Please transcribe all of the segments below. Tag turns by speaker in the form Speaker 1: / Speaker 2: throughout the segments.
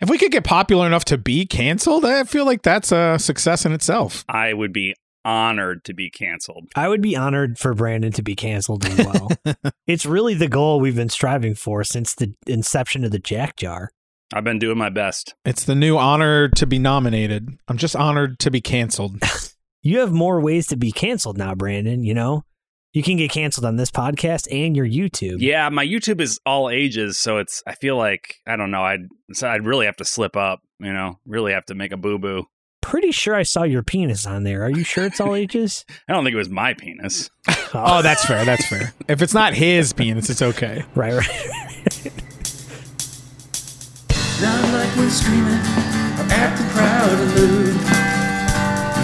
Speaker 1: If we could get popular enough to be canceled, I feel like that's a success in itself.
Speaker 2: I would be honored to be canceled.
Speaker 3: I would be honored for Brandon to be canceled as well. it's really the goal we've been striving for since the inception of the Jack Jar.
Speaker 2: I've been doing my best.
Speaker 1: It's the new honor to be nominated. I'm just honored to be canceled.
Speaker 3: You have more ways to be canceled now, Brandon. You know, you can get canceled on this podcast and your YouTube.
Speaker 2: Yeah, my YouTube is all ages, so it's I feel like I don't know, I'd so I'd really have to slip up, you know, really have to make a boo-boo.
Speaker 3: Pretty sure I saw your penis on there. Are you sure it's all ages?
Speaker 2: I don't think it was my penis.
Speaker 1: Oh, that's fair. That's fair. If it's not his penis, it's okay.
Speaker 3: right, right.
Speaker 4: Not like we're screaming or acting proud and lewd.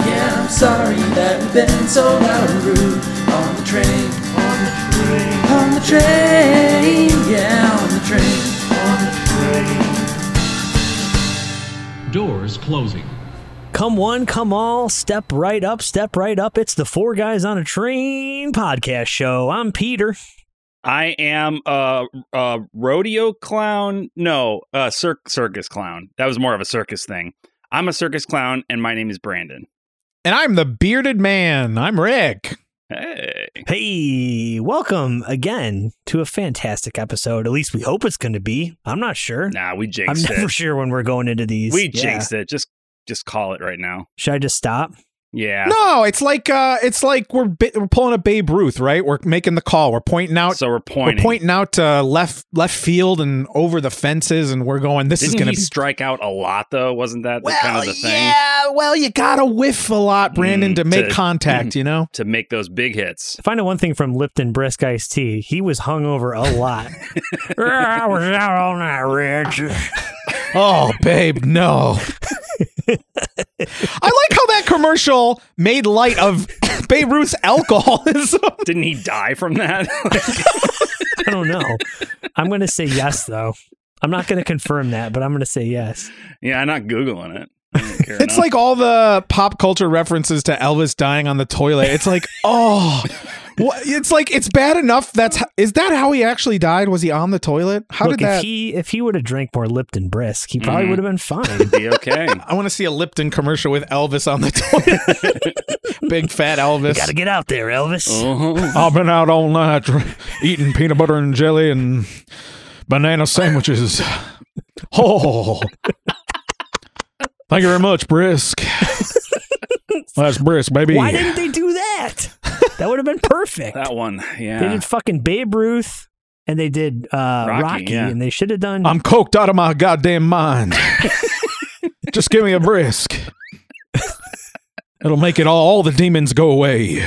Speaker 4: Yeah, I'm sorry that we've been so loud and rude. On the train, on the train, on the train, yeah, on the train, on the train.
Speaker 5: Doors closing.
Speaker 3: Come one, come all, step right up, step right up. It's the Four Guys on a Train podcast show. I'm Peter.
Speaker 2: I am a, a rodeo clown. No, a cir- circus clown. That was more of a circus thing. I'm a circus clown, and my name is Brandon.
Speaker 1: And I'm the bearded man. I'm Rick.
Speaker 2: Hey,
Speaker 3: Hey, welcome again to a fantastic episode. At least we hope it's going to be. I'm not sure.
Speaker 2: nah, we
Speaker 3: I'm
Speaker 2: jinxed
Speaker 3: never
Speaker 2: it.
Speaker 3: sure when we're going into these.
Speaker 2: We
Speaker 3: Yeah.
Speaker 2: jinxed it. Just, just call it right now.
Speaker 3: Should I just stop?
Speaker 2: Yeah.
Speaker 1: No, it's like uh, it's like we're bi- we're pulling a Babe Ruth, right? We're making the call. We're pointing out.
Speaker 2: So we're
Speaker 1: we're
Speaker 2: pointing.
Speaker 1: pointing out uh, left left field and over the fences, and we're going. This
Speaker 2: Didn't
Speaker 1: is going
Speaker 2: he
Speaker 1: to be
Speaker 2: strike out a lot though? Wasn't that the kind of the thing
Speaker 1: yeah. Well, you gotta whiff a lot, Brandon,
Speaker 2: Mm,
Speaker 1: to make
Speaker 2: to-
Speaker 1: contact. You know,
Speaker 2: to make those big hits?
Speaker 3: If I know one thing from Lipton Brisk Iced Tea, he was hungover a lot. I was out all night, Rich.
Speaker 1: Oh, babe, no. I like how that commercial made light of Babe Ruth's alcoholism.
Speaker 2: Didn't he die from that?
Speaker 3: I don't know. I'm going to say yes, though. I'm not going to confirm that, but I'm going to say yes.
Speaker 2: yeah, I'm not googling it. I don't care
Speaker 1: It's
Speaker 2: enough.
Speaker 1: like all the pop culture references to Elvis dying on the toilet. It's like, oh, wha- it's like it's bad enough. That's ho- is that how he actually died? Was he on the toilet? How
Speaker 3: Look,
Speaker 1: did
Speaker 3: if
Speaker 1: that?
Speaker 3: he if he would have drank more Lipton Brisk, he probably
Speaker 2: Mhm.
Speaker 3: would have been fine.
Speaker 2: be okay.
Speaker 1: I want to see a Lipton commercial with Elvis on the toilet. Big fat Elvis.
Speaker 3: Got to get out there, Elvis.
Speaker 2: Uh-huh.
Speaker 1: I've been out all night dr- eating peanut butter and jelly and banana sandwiches. Oh. Thank you very much, Brisk. That's Brisk, baby.
Speaker 3: Why didn't they do that? That would have been perfect.
Speaker 2: That one,
Speaker 3: They
Speaker 2: yeah.
Speaker 3: did fucking Babe Ruth and they did uh, Rocky,
Speaker 2: Rocky, yeah.
Speaker 3: and they should have done.
Speaker 1: I'm coked out of my goddamn mind. Just give me a Brisk. It'll make it all, all the demons go away.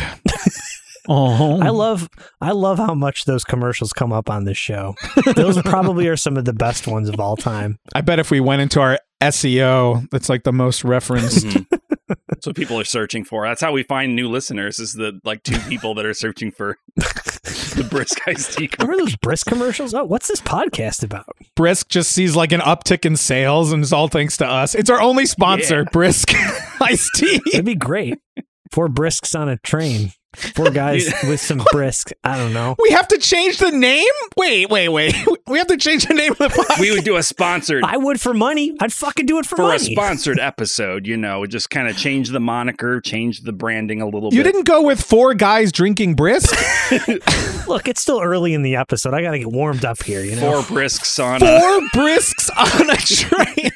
Speaker 1: Uh-huh.
Speaker 3: I love I love how much those commercials come up on this show. Those probably are some of the best ones of all time.
Speaker 1: I bet if we went into our SEO, that's like the most referenced.
Speaker 2: Mhm. That's what people are searching for. That's how we find new listeners. Is the like two people that are searching for the brisk iced tea.
Speaker 3: Remember those brisk commercials? Oh, what's this podcast about?
Speaker 1: Brisk just sees like an uptick in sales, and it's all thanks to us. It's our only sponsor,
Speaker 2: Yeah.
Speaker 1: Brisk Iced Tea.
Speaker 3: It'd be great. Four brisks on a train. Four guys with some brisk. I don't know.
Speaker 1: We have to change the name. Wait, wait, wait. We have to change the name of the podcast.
Speaker 2: We would do a sponsored
Speaker 3: I would for money. I'd fucking do it for,
Speaker 2: for
Speaker 3: money.
Speaker 2: a sponsored episode. You know, just kind of change the moniker, change the branding a little
Speaker 1: you
Speaker 2: bit.
Speaker 1: didn't go with four guys drinking Brisk.
Speaker 3: Look, it's still early in the episode. I gotta get warmed up here. You know.
Speaker 2: Four brisk sauna.
Speaker 1: Four Brisks on a train.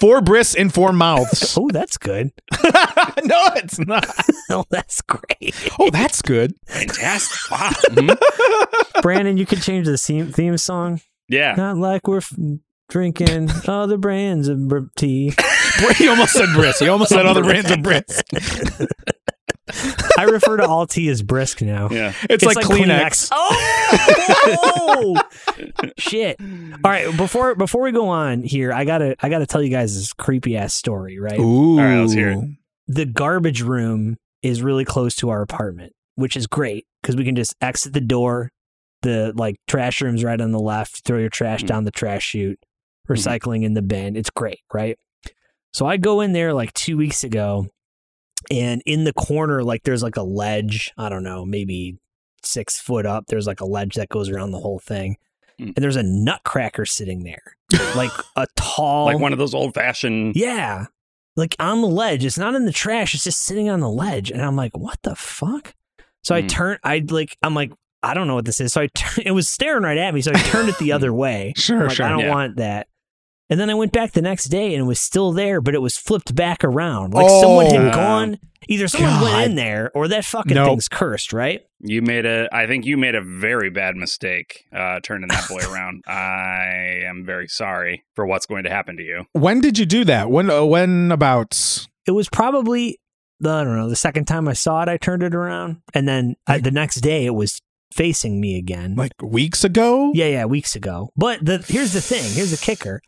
Speaker 1: Four Brisks in four mouths.
Speaker 3: Oh, that's good.
Speaker 1: no, it's not.
Speaker 3: Oh, that's great.
Speaker 1: Oh, that's good.
Speaker 2: Fantastic. Wow. Mhm.
Speaker 3: Brandon, you could change the theme, theme song.
Speaker 2: Yeah.
Speaker 3: Not like we're f- drinking other brands of br- tea.
Speaker 1: You almost said Brisk. You almost said other brands of Brisk.
Speaker 3: I refer to all tea as brisk now.
Speaker 2: Yeah.
Speaker 1: It's, like, Kleenex.
Speaker 3: Oh, shit! All right, before before we go on here, I gotta I gotta tell you guys this creepy ass story. Right,
Speaker 1: Ooh.
Speaker 2: right, let's hear it.
Speaker 3: the garbage room is really close to our apartment, which is great because we can just exit the door. The like trash room's right on the left. Throw your trash
Speaker 2: Mhm.
Speaker 3: down the trash chute.
Speaker 2: Hmm.
Speaker 3: Recycling in the bin. It's great, right? So I go in there like two weeks ago, and in the corner, like there's like a ledge. I don't know, maybe six foot up. There's like a ledge that goes around the whole thing.
Speaker 2: Hmm.
Speaker 3: and there's a nutcracker sitting there, like a tall,
Speaker 2: like
Speaker 1: Oh.
Speaker 2: one of those old fashioned.
Speaker 3: yeah, like on the ledge. It's not in the trash. It's just sitting on the ledge, and I'm like, what the fuck? So I
Speaker 2: Hmm.
Speaker 3: turn. I like. I'm like. I don't know what this is. So I turn, it was staring right at me. So I turned it the other way.
Speaker 1: Sure,
Speaker 3: I'm like,
Speaker 1: sure.
Speaker 3: I don't
Speaker 2: yeah.
Speaker 3: want that. And then I went back the next day and it was still there, but it was flipped back around. Like someone
Speaker 1: Oh.
Speaker 3: had gone. Either someone
Speaker 1: God.
Speaker 3: went in there or that fucking
Speaker 1: Nope.
Speaker 3: thing's cursed, right?
Speaker 2: You made a. I think you made a very bad mistake uh, turning that boy around. I am very sorry for what's going to happen to you.
Speaker 1: When did you do that? When uh, when about?
Speaker 3: It was probably, I don't know, the second time I saw it, I turned it around. And then uh, the next day it was facing me again.
Speaker 1: Like weeks ago?
Speaker 3: Yeah, yeah, weeks ago. But the here's the thing. Here's the kicker: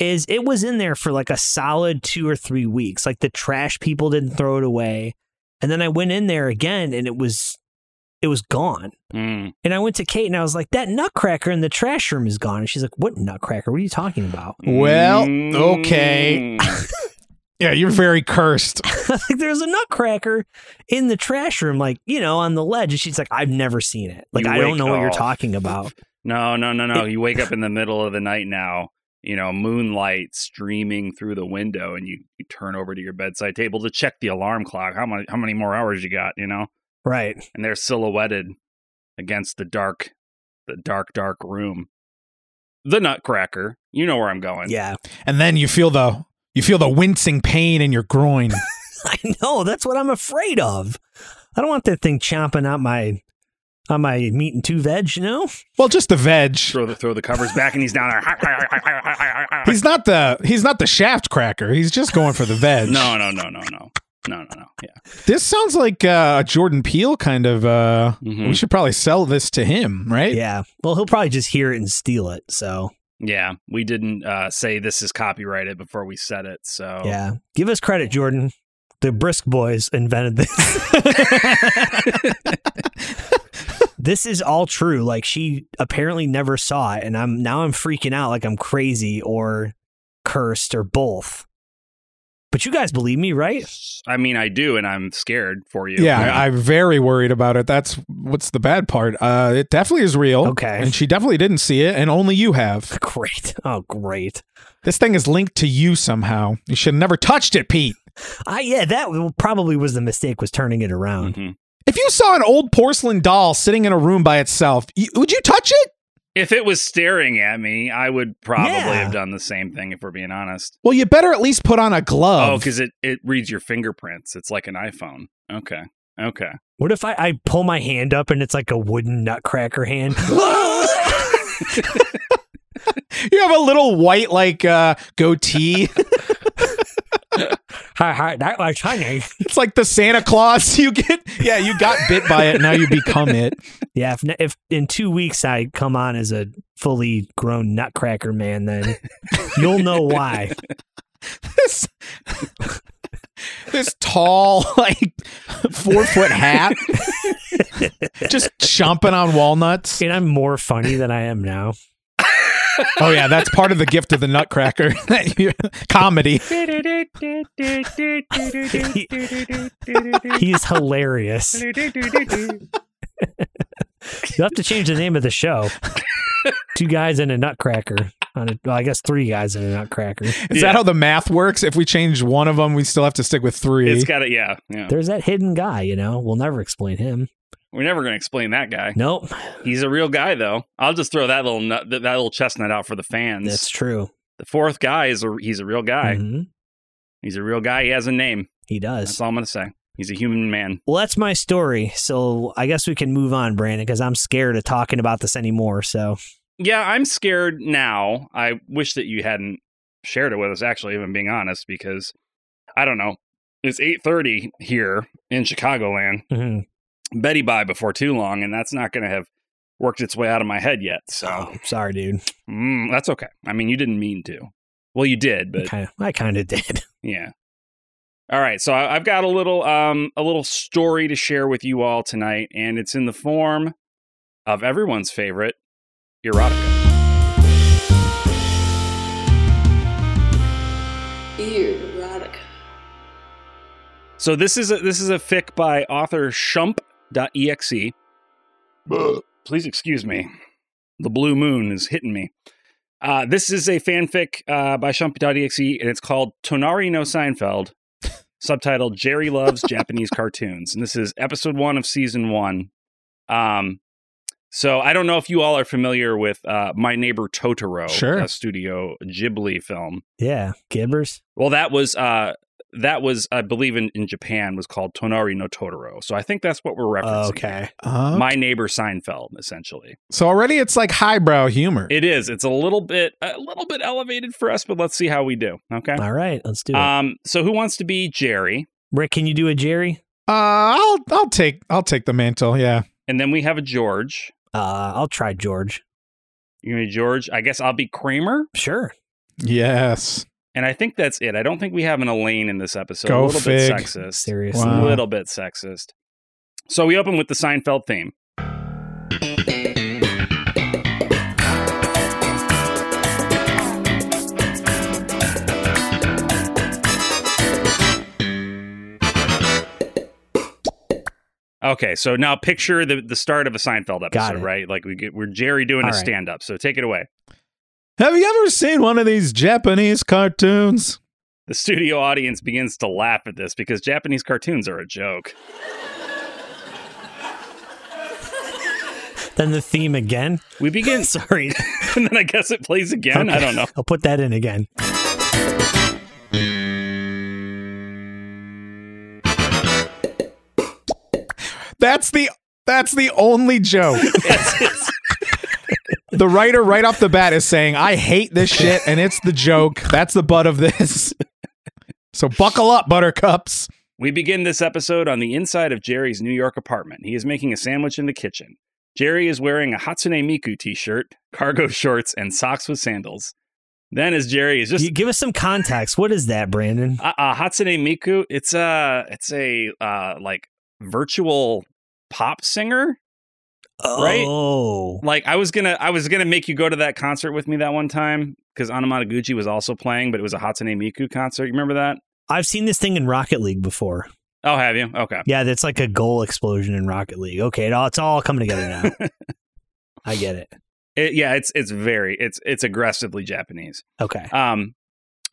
Speaker 3: is it was in there for like a solid two or three weeks. Like the trash people didn't throw it away, and then I went in there again, and it was it was gone.
Speaker 2: Mm.
Speaker 3: And I went to Kate, and I was like, "That nutcracker in the trash room is gone." And she's like, "What nutcracker? What are you talking about?"
Speaker 1: Well,
Speaker 2: Mm.
Speaker 1: okay. Yeah, you're very cursed.
Speaker 3: like there's a nutcracker in the trash room, like you know, on the ledge. And she's like, "I've never seen it. Like
Speaker 2: You
Speaker 3: I don't
Speaker 2: wake
Speaker 3: know what you're
Speaker 2: up.
Speaker 3: talking about."
Speaker 2: No, no, no, no. you wake up in the middle of the night now, you know, moonlight streaming through the window, and you, you turn over to your bedside table to check the alarm clock. How many, how many more hours you got, you know?
Speaker 3: Right.
Speaker 2: And they're silhouetted against the dark, the dark, dark room. The Nutcracker. You know where I'm going.
Speaker 3: Yeah.
Speaker 1: And then you feel the you feel the wincing pain in your groin.
Speaker 3: I know. That's what I'm afraid of. I don't want that thing chomping out my on my meat and two veg. You know.
Speaker 1: well, just the veg.
Speaker 2: Throw the throw the covers back, and he's down there.
Speaker 1: He's not the he's not the shaft cracker. He's just going for the veg.
Speaker 2: no, no, no, no, no, no, no, no. Yeah.
Speaker 1: This sounds like uh, a Jordan Peele kind of uh
Speaker 2: Mhm.
Speaker 1: we should probably sell this to him, right?
Speaker 3: Yeah. Well, he'll probably just hear it and steal it. So
Speaker 2: Yeah, we didn't uh, say this is copyrighted before we said it. So
Speaker 3: yeah, give us credit, Jordan. The Brisk Boys invented this. this is all true. Like she apparently never saw it, and I'm now I'm freaking out like I'm crazy or cursed or both. But you guys believe me, right?
Speaker 2: I mean, I do, and I'm scared for you.
Speaker 1: Yeah, I, I'm very worried about it. That's what's the bad part. Uh, it definitely is real.
Speaker 3: Okay.
Speaker 1: and she definitely didn't see it, and only you have.
Speaker 3: Great. Oh, great.
Speaker 1: This thing is linked to you somehow. You should have never touched it, Pete.
Speaker 3: I yeah, that w- probably was the mistake was turning it around.
Speaker 2: Mhm.
Speaker 1: If you saw an old porcelain doll sitting in a room by itself, you, would you touch it?
Speaker 2: If it was staring at me, I would probably
Speaker 3: Yeah.
Speaker 2: have done the same thing. If we're being honest.
Speaker 1: Well, you better at least put on a
Speaker 2: Oh,
Speaker 1: glove.
Speaker 2: because it it reads your fingerprints. It's like an iPhone. Okay. Okay.
Speaker 3: What if I, I pull my hand up and it's like a wooden nutcracker hand?
Speaker 1: you have a little white like uh, goatee.
Speaker 3: hi hi, that was honey.
Speaker 1: it's like the Santa Claus you get. Yeah, you got bit by it. Now you become it.
Speaker 3: Yeah, if, ne- if in two weeks I come on as a fully grown nutcracker man, then you'll know why.
Speaker 1: this this tall like four foot hat just chomping on walnuts
Speaker 3: And I'm more funny than I am now.
Speaker 1: oh yeah that's part of the gift of the nutcracker that you- comedy
Speaker 3: He's hilarious. You'll have to change the name of the show. Two guys and a nutcracker. On a, well, I guess three guys and a nutcracker.
Speaker 1: is
Speaker 2: Yeah.
Speaker 1: that how the math works if we change one of them we still have to stick with three
Speaker 2: It's got it. Yeah. Yeah.
Speaker 3: There's that hidden guy, you know. We'll never explain him.
Speaker 2: We're never going to explain that guy.
Speaker 3: Nope,
Speaker 2: He's a real guy, though. I'll just throw that little nut, that, that little chestnut out for the fans.
Speaker 3: that's true.
Speaker 2: the fourth guy is a he's a real guy.
Speaker 3: Mhm.
Speaker 2: He's a real guy. He has a name.
Speaker 3: He does.
Speaker 2: That's all I'm going to say. He's a human man.
Speaker 3: Well, that's my story. So I guess we can move on, Brandon, because I'm scared of talking about this anymore. So
Speaker 2: Yeah, I'm scared now. I wish that you hadn't shared it with us. Actually, if I'm being honest, because I don't know. It's 8:30 here in Chicagoland.
Speaker 3: mhm.
Speaker 2: Betty by before too long, and that's not going to have worked its way out of my head yet. So
Speaker 3: Oh, sorry, dude.
Speaker 2: mm, that's okay. I mean, you didn't mean to. Well, you did, but
Speaker 3: Kinda, I kind of did.
Speaker 2: Yeah. All right, so I- I've got a little um a little story to share with you all tonight, and it's in the form of everyone's favorite erotica.
Speaker 5: Erotica.
Speaker 2: So this is a, this is a fic by author Shump.exe. Please excuse me. the blue moon is hitting me. Uh, this is a fanfic uh, by Shumpy.exe, and it's called Tonari no Seinfeld, subtitled Jerry Loves Japanese Cartoons. And this is episode one of season one. Um, so I don't know if you all are familiar with uh, My Neighbor Totoro,
Speaker 1: Sure.
Speaker 2: a Studio Ghibli film.
Speaker 3: Yeah, gibbers.
Speaker 2: Well, that was uh, that was I believe in, in Japan was called Tonari no Totoro. So I think that's what we're referencing.
Speaker 3: Okay.
Speaker 1: Uh,
Speaker 2: My neighbor Seinfeld, essentially.
Speaker 1: so already it's like highbrow humor.
Speaker 2: It is. It's a little bit a little bit elevated for us, but let's see how we do. Okay.
Speaker 3: All right, let's do it.
Speaker 2: Um. So who wants to be Jerry?
Speaker 3: Rick, can you do a Jerry?
Speaker 1: uh, I'll I'll take I'll take the mantle. Yeah.
Speaker 2: And then we have a George.
Speaker 3: Uh, I'll try George.
Speaker 2: You're gonna be George. I guess I'll be Kramer.
Speaker 3: Sure.
Speaker 1: Yes.
Speaker 2: And I think that's it. I don't think we have an Elaine in this episode.
Speaker 1: Go
Speaker 2: a little
Speaker 1: fig.
Speaker 2: bit sexist.
Speaker 3: Seriously.
Speaker 1: Wow.
Speaker 2: A little bit sexist. So we open with the Seinfeld theme. Okay, so now picture the, the start of a Seinfeld
Speaker 3: Got
Speaker 2: episode,
Speaker 3: it.
Speaker 2: right? Like we get, we're Jerry doing
Speaker 3: All
Speaker 2: a
Speaker 3: right.
Speaker 2: stand up. So take it away.
Speaker 1: Have you ever seen one of these Japanese cartoons?
Speaker 2: The studio audience begins to laugh at this because Japanese cartoons are a joke.
Speaker 3: Then the theme again.
Speaker 2: We begin,
Speaker 3: Sorry.
Speaker 2: and then I guess it plays again. I
Speaker 3: Okay.
Speaker 2: don't know.
Speaker 3: I'll put that in again.
Speaker 1: That's the that's the only joke.
Speaker 2: It's- it's-
Speaker 1: the writer right off the bat is saying, "I hate this shit," and it's the joke. That's the butt of this. So buckle up, buttercups.
Speaker 2: we begin this episode on the inside of Jerry's New York apartment. He is making a sandwich in the kitchen. Jerry is wearing a Hatsune Miku t shirt, cargo shorts, and socks with sandals. Then, as Jerry is just
Speaker 3: You give us some context. What is that, Brandon?
Speaker 2: uh, uh, Hatsune Miku, it's a it's a uh, like virtual pop singer. Right?
Speaker 3: Oh.
Speaker 2: Like I was gonna I was gonna make you go to that concert with me that one time because Anamataguchi was also playing, but it was a Hatsune Miku concert. You remember that?
Speaker 3: I've seen this thing in Rocket League before.
Speaker 2: Oh, have you? Okay.
Speaker 3: Yeah, that's like a goal explosion in Rocket League. Okay, it all, it's all coming together now. I get it.
Speaker 2: It, yeah, it's it's very it's it's aggressively Japanese.
Speaker 3: Okay.
Speaker 2: Um,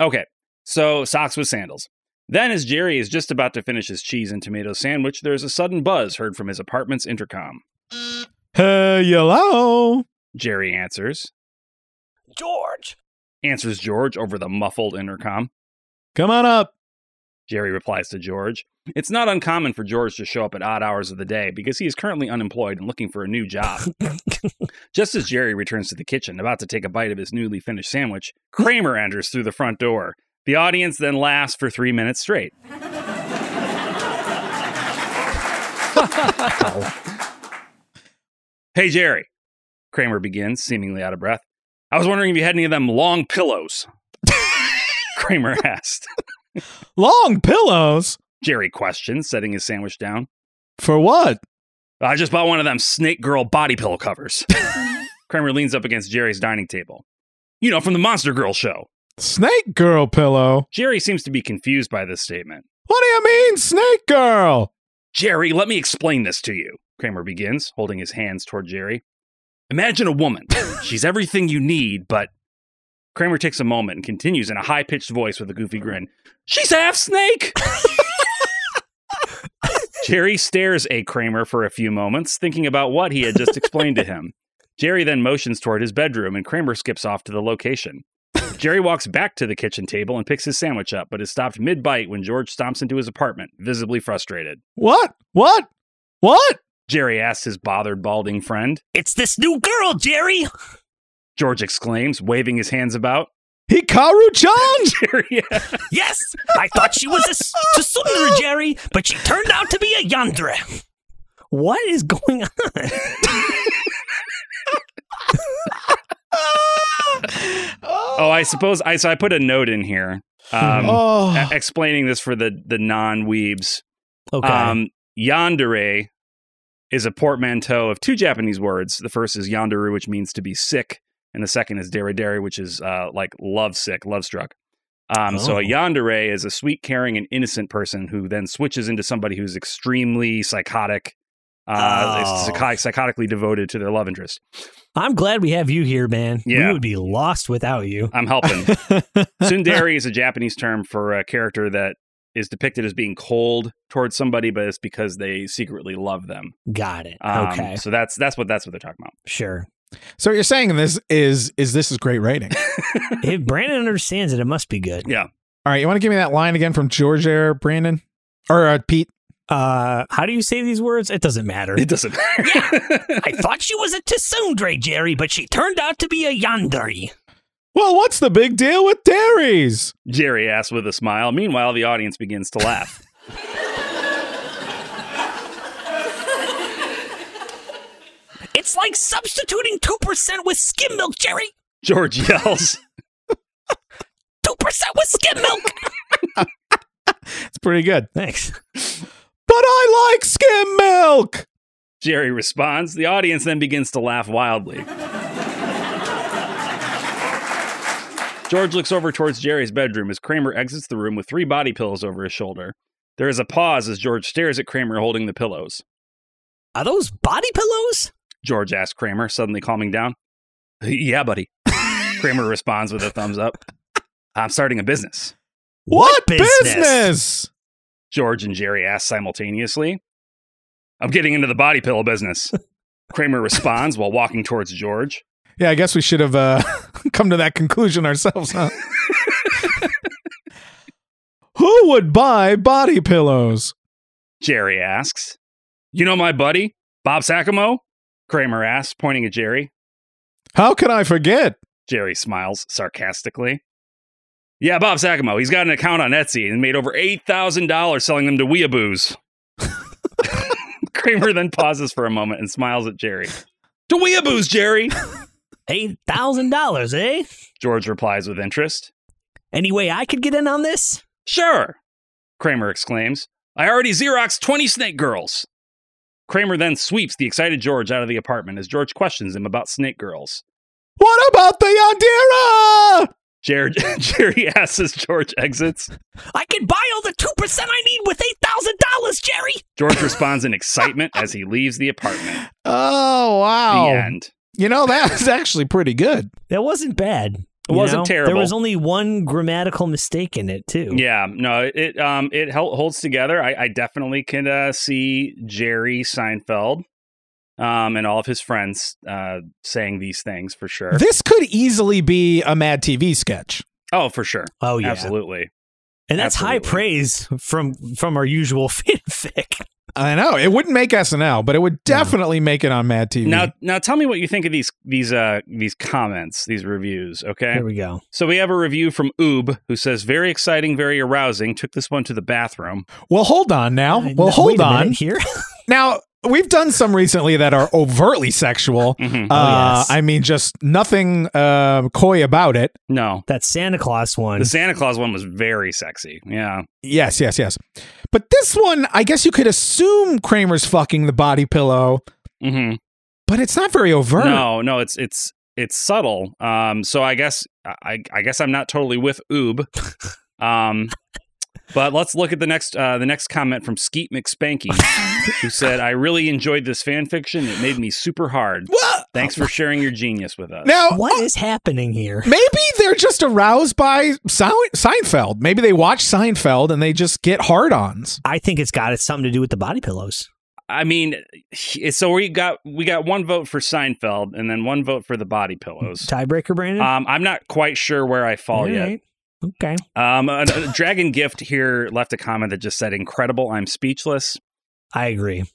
Speaker 2: okay, so socks with sandals. Then, as Jerry is just about to finish his cheese and tomato sandwich, there's a sudden buzz heard from his apartment's intercom.
Speaker 1: Hey, hello.
Speaker 2: Jerry answers.
Speaker 3: George.
Speaker 2: Answers George over the muffled intercom.
Speaker 1: Come on up.
Speaker 2: Jerry replies to George. It's not uncommon for George to show up at odd hours of the day because he is currently unemployed and looking for a new job. Just as Jerry returns to the kitchen, about to take a bite of his newly finished sandwich, Kramer enters through the front door. The audience then laughs for three minutes straight. hey, Jerry, Kramer begins, seemingly out of breath. I was wondering if you had any of them long pillows. Kramer asked.
Speaker 1: Long pillows
Speaker 2: Jerry questions, setting his sandwich down.
Speaker 1: for what?
Speaker 2: I just bought one of them snake girl body pillow covers. Kramer leans up against Jerry's dining table. You know, from the Monster Girl show.
Speaker 1: Snake girl pillow.
Speaker 2: Jerry seems to be confused by this statement.
Speaker 1: What do you mean, snake girl?
Speaker 2: Jerry, let me explain this to you, Kramer begins, holding his hands toward Jerry. Imagine a woman. She's everything you need, but. Kramer takes a moment and continues in a high pitched voice with a goofy grin She's half snake! Jerry stares at Kramer for a few moments, thinking about what he had just explained to him. Jerry then motions toward his bedroom, and Kramer skips off to the location. Jerry walks back to the kitchen table and picks his sandwich up, but is stopped mid bite when George stomps into his apartment, visibly frustrated.
Speaker 1: What? What? What?
Speaker 2: Jerry asks his bothered, balding friend.
Speaker 3: It's this new girl, Jerry.
Speaker 2: George exclaims, waving his hands about.
Speaker 1: Hikaru-chan?
Speaker 2: Jerry,
Speaker 3: Yes, I thought she was a s- Tsundere, Jerry, but she turned out to be a Yandere. What is going on?
Speaker 1: Ah!
Speaker 2: oh, I suppose I so I put a note in here um,
Speaker 1: oh.
Speaker 2: e- explaining this for the the non weebs.
Speaker 3: Okay.
Speaker 2: Um, yandere is a portmanteau of two Japanese words. The first is yanderu, which means to be sick, and the second is derideri, which is uh, like love sick, love struck. Um, So
Speaker 3: Oh.
Speaker 2: a yandere is a sweet, caring, and innocent person who then switches into somebody who's extremely psychotic Uh, is
Speaker 3: Oh.
Speaker 2: psych- psychotically devoted to their love interest.
Speaker 3: I'm glad we have you here, man.
Speaker 2: Yeah.
Speaker 3: We would be lost without you.
Speaker 2: I'm helping. Tsundere is a Japanese term for a character that is depicted as being cold towards somebody, but it's because they secretly love them.
Speaker 3: Got it.
Speaker 2: Um,
Speaker 3: okay.
Speaker 2: So that's that's what that's what they're talking about.
Speaker 3: Sure.
Speaker 1: So what you're saying this is is this is great writing.
Speaker 3: If Brandon understands it, it must be good.
Speaker 1: All right, you want to give me that line again from George Air Brandon or uh, Pete?
Speaker 3: Uh, how do you say these words? It doesn't matter.
Speaker 2: It doesn't matter.
Speaker 3: I thought she was a Tsundere, Jerry, but she turned out to be a Yandere.
Speaker 1: Well, what's the big deal with dairies?
Speaker 2: Jerry asks with a smile. Meanwhile, the audience begins to laugh.
Speaker 3: It's like substituting 2% with skim milk, Jerry.
Speaker 2: George yells.
Speaker 3: 2% with skim milk.
Speaker 1: It's pretty good.
Speaker 3: Thanks.
Speaker 1: But I like skim milk.
Speaker 2: Jerry responds. The audience then begins to laugh wildly. George looks over towards Jerry's bedroom as Kramer exits the room with three body pillows over his shoulder. There is a pause as George stares at Kramer holding the pillows.
Speaker 3: Are those body pillows?
Speaker 2: George asks Kramer, suddenly calming down. Yeah, buddy. Kramer responds with a thumbs up. I'm starting a business.
Speaker 1: What,
Speaker 3: business?
Speaker 1: business?
Speaker 2: George and Jerry ask simultaneously. I'm getting into the body pillow business. Kramer responds while walking towards George.
Speaker 1: Yeah, I guess we should have uh, come to that conclusion ourselves, huh? Who would buy body pillows?
Speaker 2: Jerry asks, You know my buddy, Bob Sackamo? Kramer asks, pointing at Jerry.
Speaker 1: How can I forget?
Speaker 2: Jerry smiles sarcastically. Yeah, Bob Sackamo. He's got an account on Etsy and made over $8,000 selling them to weeaboos. Kramer then pauses for a moment and smiles at Jerry. To weeaboos, Jerry!
Speaker 3: $8,000, eh?
Speaker 2: George replies with interest.
Speaker 3: Any way I could get in on this?
Speaker 2: Sure, Kramer exclaims. I already Xeroxed 20 snake girls. Kramer then sweeps the excited George out of the apartment as George questions him about snake girls.
Speaker 1: What about the Yandera?
Speaker 2: Jer- Jerry asks as George exits.
Speaker 3: I can buy all the 2% I need with $8,000, Jerry.
Speaker 2: George responds in excitement as he leaves the apartment.
Speaker 1: Oh
Speaker 2: The
Speaker 1: wow!
Speaker 2: end.
Speaker 1: You know that's actually pretty good.
Speaker 3: That wasn't bad.
Speaker 2: It
Speaker 3: you
Speaker 2: wasn't
Speaker 3: know?
Speaker 2: terrible.
Speaker 3: There was only one grammatical mistake in it, too.
Speaker 2: Yeah, no, it um it hel- holds together. I, I definitely can uh, see Jerry Seinfeld um and all of his friends uh saying these things for sure.
Speaker 1: This could easily be a Mad TV sketch.
Speaker 2: Oh, for sure.
Speaker 3: Oh, yeah.
Speaker 2: Absolutely.
Speaker 3: And that's high
Speaker 2: Absolutely.
Speaker 3: praise from from our usual fanfic.
Speaker 1: I know it wouldn't make SNL, but it would definitely make it on Mad TV.
Speaker 2: Now, now tell me what you think of these these uh these comments, these reviews. Okay,
Speaker 3: Here we go.
Speaker 2: so we have a review from Oob who says very exciting, very arousing. Took this one to the bathroom.
Speaker 1: well, hold on. Now,
Speaker 3: Uh,
Speaker 1: well,
Speaker 3: no,
Speaker 1: hold
Speaker 3: wait a
Speaker 1: on.
Speaker 3: minute here.
Speaker 1: Now we've done some recently that are overtly sexual.
Speaker 2: Mhm.
Speaker 1: uh,
Speaker 3: Oh, yes.
Speaker 1: I mean, just nothing uh, coy about it.
Speaker 2: No,
Speaker 3: That Santa Claus one.
Speaker 2: the Santa Claus one was very sexy. Yeah,
Speaker 1: Yes, yes, yes. But this one, I guess you could assume Kramer's fucking the body pillow,
Speaker 2: hmm
Speaker 1: but it's not very overt.
Speaker 2: no, no, it's it's it's subtle. Um, so I guess I I guess I'm not totally with Oob. Um. But let's look at the next uh, the next comment from Skeet McSpanky, who said, "I really enjoyed this fan fiction. It made me super hard.
Speaker 1: Well,
Speaker 2: Thanks for sharing your genius with us."
Speaker 1: now,
Speaker 3: What is happening here?
Speaker 1: maybe they're just aroused by Sein- Seinfeld. Maybe they watch Seinfeld and they just get hard ons.
Speaker 3: I think it's got something to do with the body pillows.
Speaker 2: I mean, he- so we got we got one vote for Seinfeld and then one vote for the body pillows.
Speaker 3: Tiebreaker, Brandon.
Speaker 2: Um, I'm not quite sure where I fall
Speaker 3: All
Speaker 2: yet.
Speaker 3: right. Okay.
Speaker 2: Um, a, a Dragon Gift here left a comment that just said "incredible." I'm speechless.
Speaker 3: I agree.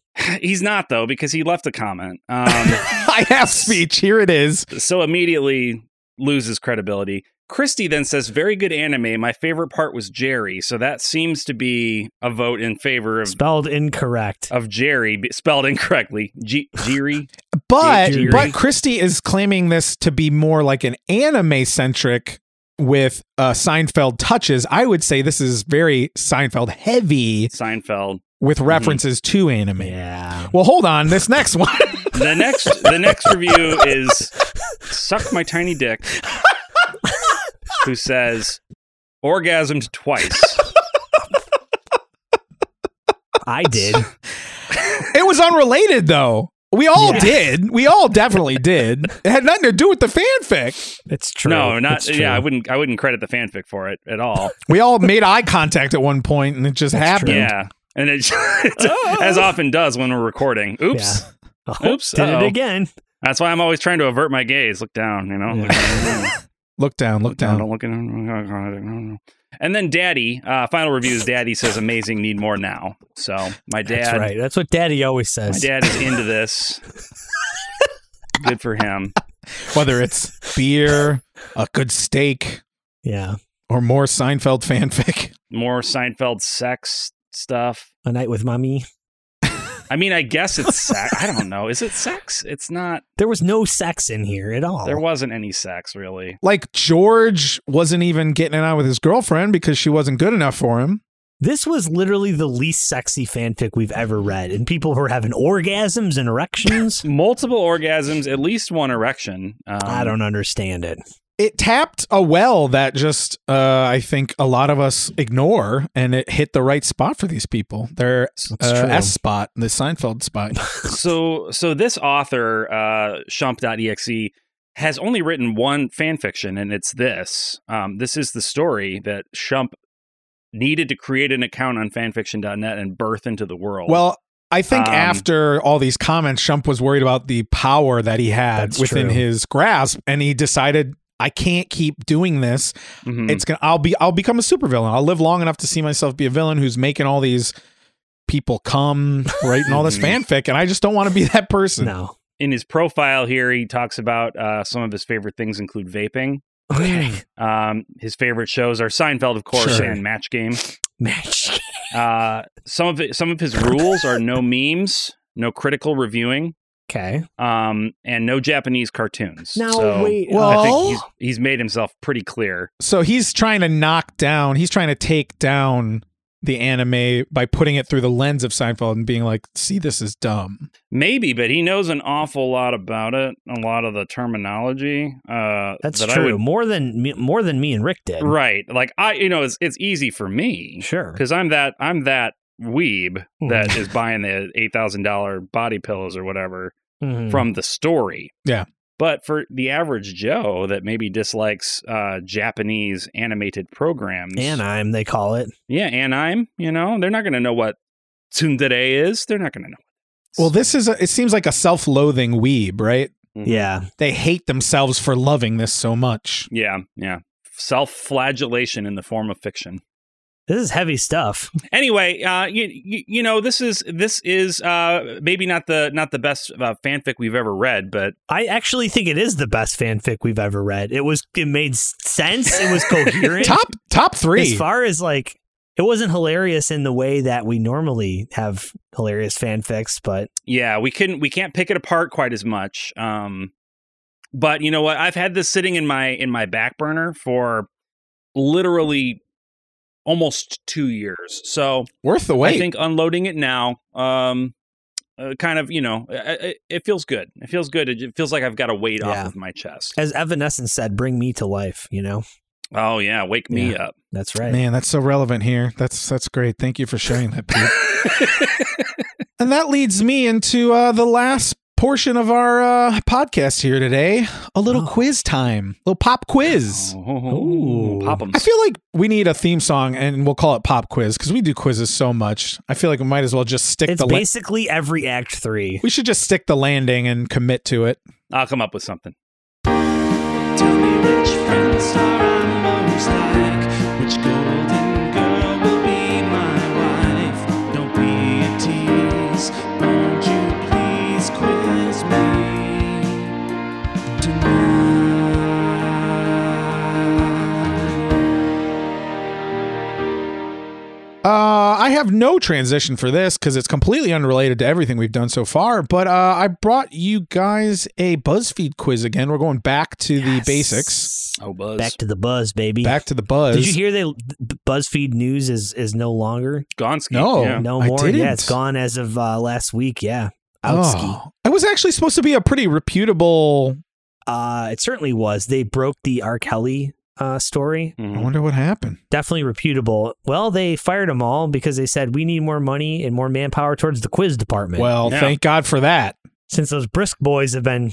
Speaker 2: He's not though because he left a comment. Um,
Speaker 1: I have speech. Here it is.
Speaker 2: so immediately loses credibility. Christy then says, "Very good anime. My favorite part was Jerry." So that seems to be a vote in favor of
Speaker 3: Spelled incorrect.
Speaker 2: of Jerry, b- spelled incorrectly. G- Jerry.
Speaker 1: But
Speaker 3: Jerry.
Speaker 1: but Christie is claiming this to be more like an anime centric with uh, Seinfeld touches. I would say this is very Seinfeld heavy
Speaker 2: Seinfeld.
Speaker 1: with references to anime.
Speaker 3: yeah.
Speaker 1: Well, hold on. This next one.
Speaker 2: The next the next review is Suck My Tiny Dick who says orgasmed twice.
Speaker 3: I did.
Speaker 1: It was unrelated though. We all did. We all definitely did. It had nothing to do with the fanfic.
Speaker 3: It's true.
Speaker 2: No, not
Speaker 3: It's true.
Speaker 2: yeah. I wouldn't. I wouldn't credit the fanfic for it at all.
Speaker 1: We all made eye contact at one point, and it just happened.
Speaker 2: Yeah, and it, as often does when we're recording. Oops,
Speaker 3: Oh,
Speaker 2: Oops,
Speaker 3: Did
Speaker 2: uh-oh.
Speaker 3: it again.
Speaker 2: that's why I'm always trying to avert my gaze. Look down, you know.
Speaker 3: Yeah.
Speaker 2: Look down.
Speaker 1: Look down. Look
Speaker 2: No,
Speaker 1: down.
Speaker 2: Don't look at him. And then Daddy, uh, final reviews. Daddy says, "Amazing, need more now." So my dad,
Speaker 3: That's right. That's what Daddy always
Speaker 2: my
Speaker 3: says.
Speaker 2: dad is into this. Good for him.
Speaker 1: Whether it's beer, a good steak,
Speaker 3: yeah.
Speaker 1: or more Seinfeld fanfic.
Speaker 2: More Seinfeld sex stuff.
Speaker 3: A night with mommy.
Speaker 2: I mean, I guess it's sex. I don't know. Is it sex? It's not.
Speaker 3: There was no sex in here at all.
Speaker 2: There wasn't any sex really.
Speaker 1: Like George wasn't even getting it on with his girlfriend because she wasn't good enough for him.
Speaker 3: This was literally the least sexy fanfic we've ever read, and people were having orgasms and erections.
Speaker 2: Multiple orgasms, at least one erection. Um,
Speaker 3: I don't understand it.
Speaker 1: It tapped a well that just uh, I think a lot of us ignore, and it hit the right spot for these people. Their
Speaker 3: That's
Speaker 1: uh,
Speaker 3: true.
Speaker 1: S spot, the Seinfeld spot.
Speaker 2: so so this author uh shump.exe E, has only written one fan fiction and it's this um this is the story that shump needed to create an account on fanfiction.net and birth into the world
Speaker 1: Well, I think
Speaker 2: Um,
Speaker 1: after all these comments, Shump was worried about the power that he had
Speaker 3: That's
Speaker 1: within
Speaker 3: true.
Speaker 1: his grasp, and he decided, "I can't keep doing this.
Speaker 3: Mm.
Speaker 2: Mhm.
Speaker 1: It's gonna. I'll be. I'll become a supervillain. I'll live long enough to see myself be a villain who's making all these people come writing all this
Speaker 2: Mhm.
Speaker 1: fanfic, and I just don't want to be that person.
Speaker 3: No.
Speaker 2: in his profile here he talks about uh some of his favorite things include vaping
Speaker 3: Okay.
Speaker 2: um his favorite shows are seinfeld of course
Speaker 1: Sure.
Speaker 2: and match game
Speaker 3: Match.
Speaker 2: uh some of some of his rules are no memes no critical reviewing
Speaker 3: Okay.
Speaker 2: um, and no Japanese cartoons.
Speaker 3: Now,
Speaker 2: So
Speaker 3: wait.
Speaker 1: Well-
Speaker 2: I
Speaker 1: Oh.
Speaker 2: think he's, he's made himself pretty clear.
Speaker 1: So he's trying to knock down. He's trying to take down the anime by putting it through the lens of Seinfeld and being like, "See, this is dumb."
Speaker 2: Maybe, but he knows an awful lot about it, a lot of the terminology. Uh,
Speaker 3: That's
Speaker 2: that I
Speaker 3: true.
Speaker 2: would-
Speaker 3: more than me, more than me and Rick did.
Speaker 2: right. Like I, you know, it's, it's easy for me
Speaker 3: Sure.
Speaker 2: because I'm that, I'm that weeb
Speaker 3: Mhm.
Speaker 2: that is buying the $8,000 body pillows or whatever
Speaker 3: Mhm.
Speaker 2: from the story.
Speaker 1: Yeah.
Speaker 2: But for the average Joe that maybe dislikes uh, Japanese animated programs,
Speaker 3: and I'm they call it.
Speaker 2: Yeah, and I'm, you know, they're not going to know what tsundere is. They're not going to know.
Speaker 1: Well, this is a, it seems like a self-loathing weeb, right?
Speaker 3: Yeah.
Speaker 1: They hate themselves for loving this so much.
Speaker 2: Yeah, yeah. Self flagellation in the form of fiction.
Speaker 3: This is heavy stuff.
Speaker 2: Anyway, uh, you, you, you know, this is this is uh, maybe not the not the best uh, fanfic we've ever read, but
Speaker 3: I actually think it is the best fanfic we've ever read. It was it made s- sense. It was coherent.
Speaker 1: Top top
Speaker 3: as
Speaker 1: three.
Speaker 3: far as like it wasn't hilarious in the way that we normally have hilarious fanfics, but
Speaker 2: yeah, we couldn't we can't pick it apart quite as much. Um, but you know what? I've had this sitting in my in my back burner for literally almost two years. So
Speaker 1: Worth the
Speaker 2: I
Speaker 1: wait.
Speaker 2: think unloading it now, um, uh, kind of, you know, it, it- it feels good. It feels good. It, it feels like I've got a weight
Speaker 3: Yeah.
Speaker 2: off of my chest.
Speaker 3: as Evanescence said, bring me to life, you know?
Speaker 2: Oh yeah, wake me up.
Speaker 3: That's right.
Speaker 1: Man, that's so relevant here. That's that's great. Thank you for sharing that, Pete. and that leads me into uh, the last portion of our uh, podcast here today. A little
Speaker 3: Oh.
Speaker 1: quiz time. little pop quiz.
Speaker 2: Oh,
Speaker 3: Ooh.
Speaker 2: pop 'em.
Speaker 1: I feel like we need a theme song and we'll call it pop quiz because we do quizzes so much. I feel like we might as well just stick
Speaker 3: It's
Speaker 1: the la-
Speaker 3: basically every act three.
Speaker 1: we should just stick the landing and commit to it.
Speaker 2: I'll come up with something.
Speaker 4: Tell me which friend star I most like. Which golden girl will be my wife? Don't be a tease. Won't you please quiz me tonight?
Speaker 1: Uh, I have no transition for this because it's completely unrelated to everything we've done so far. But uh, I brought you guys a BuzzFeed quiz again. We're going back to the basics,
Speaker 2: Oh, Buzz,
Speaker 3: Back to the buzz, baby.
Speaker 1: back to the buzz.
Speaker 3: Did you hear they BuzzFeed News is is no longer
Speaker 2: Gonski.
Speaker 1: No.
Speaker 2: yeah.
Speaker 3: no
Speaker 1: I
Speaker 3: more? Yeah, it's
Speaker 1: didn't.
Speaker 3: gone as of uh, last week. Yeah, Outski.
Speaker 1: Oh, I was actually supposed to be a pretty reputable.
Speaker 3: Uh, it certainly was. They broke the R. Kelly uh, story.
Speaker 1: I
Speaker 2: Mhm.
Speaker 1: wonder what happened.
Speaker 3: Definitely reputable. Well, they fired them all because they said we need more money and more manpower towards the quiz department.
Speaker 1: Well,
Speaker 2: Yeah.
Speaker 1: thank God for that.
Speaker 3: since those brisk boys have been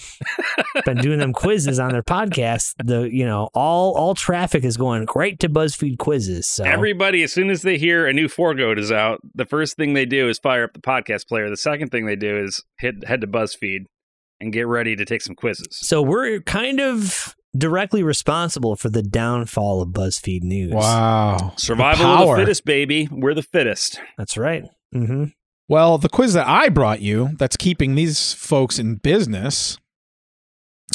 Speaker 3: been doing them quizzes on their podcast, the you know all all traffic is going right to BuzzFeed quizzes. So
Speaker 2: Everybody, as soon as they hear a new foregoat is out, the first thing they do is fire up the podcast player. The second thing they do is hit head to BuzzFeed and get ready to take some quizzes.
Speaker 3: so we're kind of directly responsible for the downfall of BuzzFeed News.
Speaker 1: Wow.
Speaker 2: Survival
Speaker 1: The
Speaker 2: of the
Speaker 1: power.
Speaker 2: fittest, baby. We're the fittest.
Speaker 3: that's right. hmm
Speaker 1: Well, the quiz that I brought you that's keeping these folks in business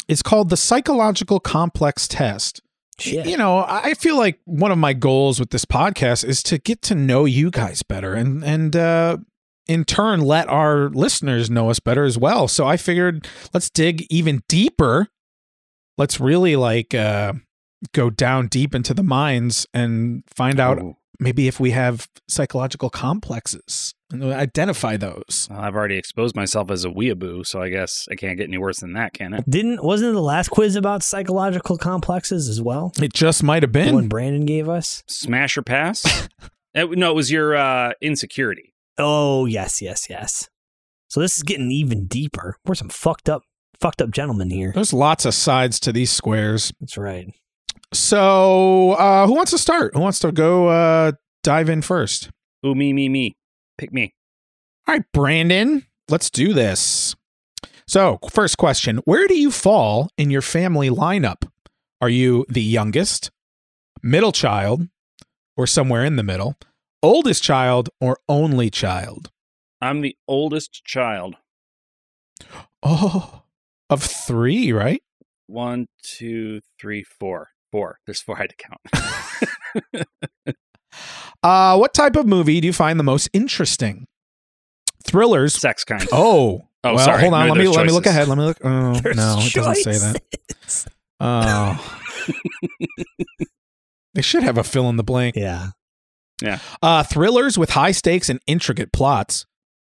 Speaker 1: is called the Psychological Complex Test.
Speaker 3: Shit.
Speaker 1: You know, I I feel like one of my goals with this podcast is to get to know you guys better and and uh in turn let our listeners know us better as well. So I figured let's dig even deeper. Let's really like uh go down deep into the minds and find out
Speaker 2: Ooh.
Speaker 1: maybe if we have psychological complexes and identify those.
Speaker 2: Well, I've already exposed myself as a weeaboo, so I guess I can't get any worse than that, can it?
Speaker 3: Didn't wasn't it the last quiz about psychological complexes as well?
Speaker 1: It just might have
Speaker 3: The one
Speaker 1: been.
Speaker 3: Brandon gave us.
Speaker 2: Smash or pass? Eh, no, it was your uh, insecurity.
Speaker 3: Oh yes, yes, yes. So this is getting even deeper. We're some fucked up fucked up gentlemen here.
Speaker 1: There's lots of sides to these squares.
Speaker 3: That's right.
Speaker 1: So, uh, who wants to start? Who wants to go uh, dive in first?
Speaker 2: Ooh, me, me, me. Pick me.
Speaker 1: All right, Brandon, let's do this. So, first question Where do you fall in your family lineup? Are you the youngest, middle child, or somewhere in the middle, oldest child, or only child?
Speaker 2: I'm the oldest child.
Speaker 1: Oh, of three, right?
Speaker 2: One, two, three, four. Four. There's four I had to count.
Speaker 1: Uh, what type of movie do you find the most interesting? Thrillers.
Speaker 2: Sex kind.
Speaker 1: Oh,
Speaker 2: Oh,
Speaker 1: well,
Speaker 2: sorry.
Speaker 1: Hold on.
Speaker 2: No,
Speaker 1: let me
Speaker 2: there's
Speaker 1: let me look
Speaker 2: choices.
Speaker 1: ahead. Let me look. Oh,
Speaker 3: There's
Speaker 1: no, it doesn't say that.
Speaker 3: choices.
Speaker 1: Oh, they should have a fill in the blank.
Speaker 3: Yeah.
Speaker 1: Uh, thrillers with high stakes and intricate plots.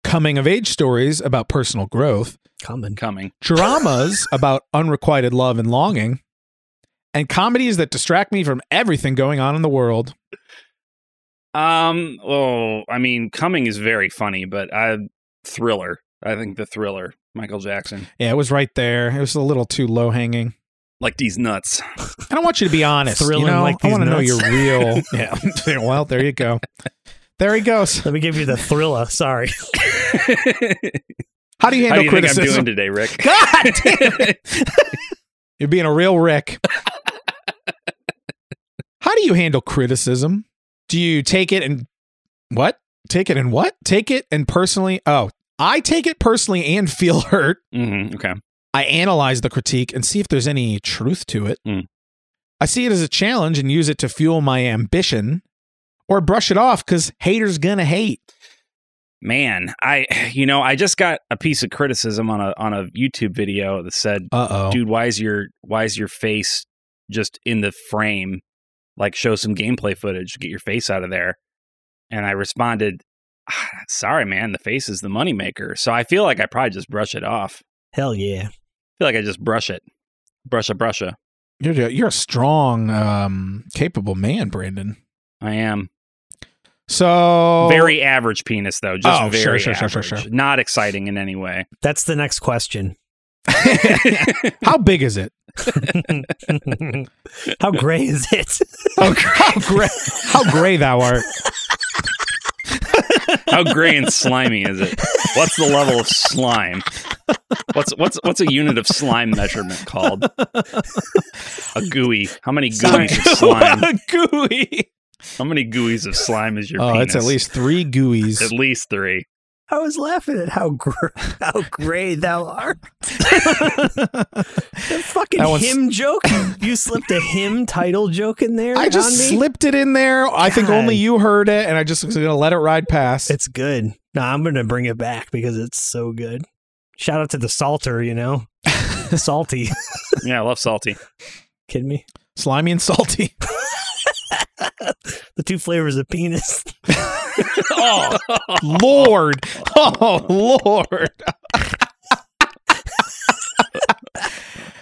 Speaker 1: Coming of age stories about personal growth.
Speaker 3: Coming.
Speaker 2: Coming.
Speaker 1: Dramas about unrequited love and longing. And comedies that distract me from everything going on in the world.
Speaker 2: Um. Oh, I mean, coming is very funny, but I thriller. I think the thriller. Michael Jackson.
Speaker 1: Yeah, it was right there. It was a little too low hanging.
Speaker 2: Like these nuts.
Speaker 1: I don't want you to be honest.
Speaker 3: Thrilling
Speaker 1: you know?
Speaker 3: like
Speaker 1: I
Speaker 3: these
Speaker 1: want to know
Speaker 3: nuts.
Speaker 1: your real. yeah. Well, there you go. There he goes.
Speaker 3: Let me give you the thriller. Sorry.
Speaker 1: How do you
Speaker 2: How
Speaker 1: handle
Speaker 2: do you think I'm
Speaker 1: criticism?
Speaker 2: doing today, Rick?
Speaker 1: God damn it. You're being a real Rick. How do you handle criticism? Do you take it and what? Take it and what? Take it and personally. Oh, I take it personally and feel hurt.
Speaker 2: hmm okay.
Speaker 1: I analyze the critique and see if there's any truth to it.
Speaker 2: Mm.
Speaker 1: I see it as a challenge and use it to fuel my ambition or brush it off because haters gonna hate.
Speaker 2: Man, I you know I just got a piece of criticism on a on a YouTube video that said,
Speaker 1: Uh oh.
Speaker 2: "Dude, why is your why is your face just in the frame? Like, show some gameplay footage, get your face out of there." And I responded, "Ah, "Sorry, man, the face is the moneymaker." So I feel like I probably just brush it off.
Speaker 3: Hell yeah.
Speaker 2: I feel like I just brush it, brush a brush a.
Speaker 1: You're, a- you're a strong, um, capable man, Brandon.
Speaker 2: I am
Speaker 1: So
Speaker 2: very average penis though, just
Speaker 1: Oh,
Speaker 2: very
Speaker 1: sure, sure, sure,
Speaker 2: average.
Speaker 1: sure, sure.
Speaker 2: Not exciting in any way.
Speaker 3: That's the next question.
Speaker 1: How big is it?
Speaker 3: How gray is it?
Speaker 1: Oh, how gray! How gray thou art!
Speaker 2: How gray and slimy is it? What's the level of slime? What's what's what's a unit of slime measurement called? A gooey. How many gooeys of slime?
Speaker 1: gooey.
Speaker 2: How many gooeys of slime is your
Speaker 1: Oh,
Speaker 2: penis?
Speaker 1: it's at least three gooeys.
Speaker 2: at least three.
Speaker 3: I was laughing at how gr- how gray thou art. The fucking
Speaker 1: That one's-
Speaker 3: him joke. You slipped a him title joke in there.
Speaker 1: I
Speaker 3: on
Speaker 1: just
Speaker 3: me?
Speaker 1: slipped it in there. I think
Speaker 3: God.
Speaker 1: only you heard it, and I just was gonna let it ride past.
Speaker 3: It's good. No, I'm gonna bring it back because it's so good. Shout out to the salter. You know, salty.
Speaker 2: Yeah, I love salty.
Speaker 3: Kidding me?
Speaker 1: slimy and salty.
Speaker 3: The two flavors of penis.
Speaker 2: Oh,
Speaker 1: Lord, oh Lord.